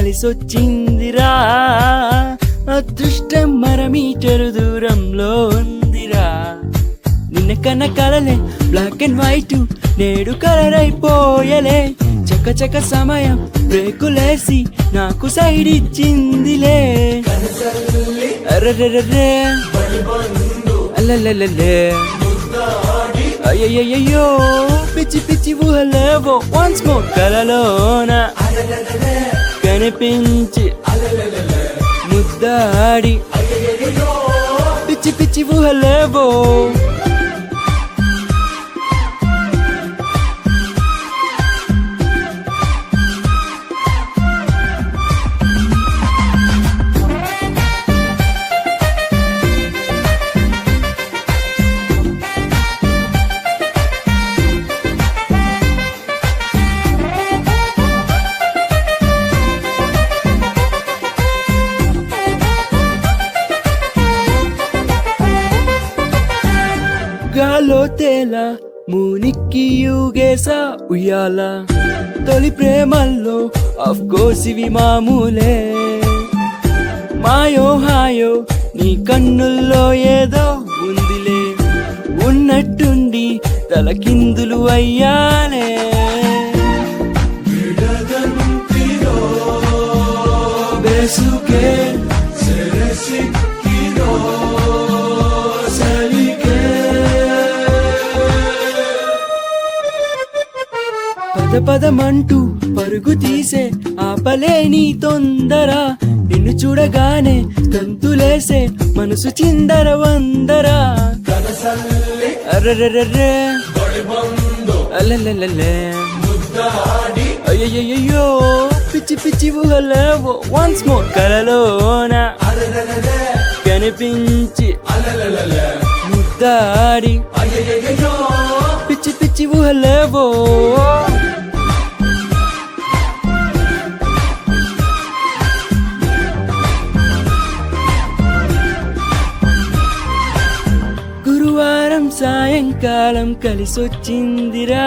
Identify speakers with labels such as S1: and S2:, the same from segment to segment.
S1: కలిసొచ్చిందిరా అదృష్టం మర మీటరు దూరంలో ఉందిరా నిన్న కన్న కలలే బ్లాక్ అండ్ వైట్ నేడు కలర్ అయిపోయలే చక చక సమయం బ్రేకులేసి నాకు సైడ్ ఇచ్చిందిలే అరెరెరెరే. అలలలలే. అయ్యయ్యయ్యో పిచ్చి పిచ్చి ఊహలేవో వన్స్ మోర్ కలలోన కనిపించి ముద్దాడి పిచ్చి పిచ్చి ఊహలేవో గాలో తేలా మూనికి యూగేసా ఉయ్యాల తొలి ప్రేమల్లో ఆఫ్ కోర్స్ ఇవి మామూలే మాయో హాయో నీ కన్నుల్లో ఏదో ఉందిలే ఉన్నట్టుండి తలకిందులు అయ్యాలే బెసుకే పద పదమంటూ పరుగు తీసే ఆపలేని తొందర నిన్ను చూడగానే తంతులేసే మనసు చిందర వందర అరెరెరెరే. అలలలలే. అయ్యయ్యయ్యో పిచ్చి పిచ్చి ఊహలేవో వన్స్ మోర్ కలలోన కనిపించి ముద్దాడి పిచ్చి పిచ్చి ఊహలేవో గురువారం సాయంకాలం కలిసొచ్చిందిరా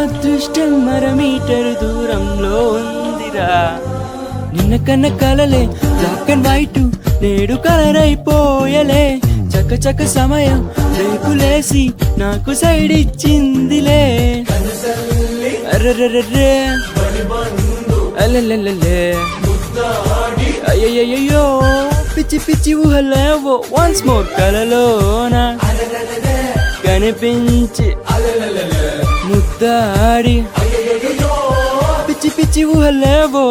S1: అదృష్టం మర మీటరు దూరంలో ఉందిరా నిన్న కన్న కలలే బ్లాక్ అండ్ వైట్ నేడు కలర్ అయిపోయలే చక చక సమయం రేకులేసి నాకు సైడ్ ఇచ్చిందిలే అరెరెరెరే. అలలలలే. అయ్యయ్యయ్యో పిచ్చి పిచ్చి ఊహలేవో వన్స్ మోర్ కలలోన కనిపించి ముద్దాడి పిచ్చి పిచ్చి ఊహలేవో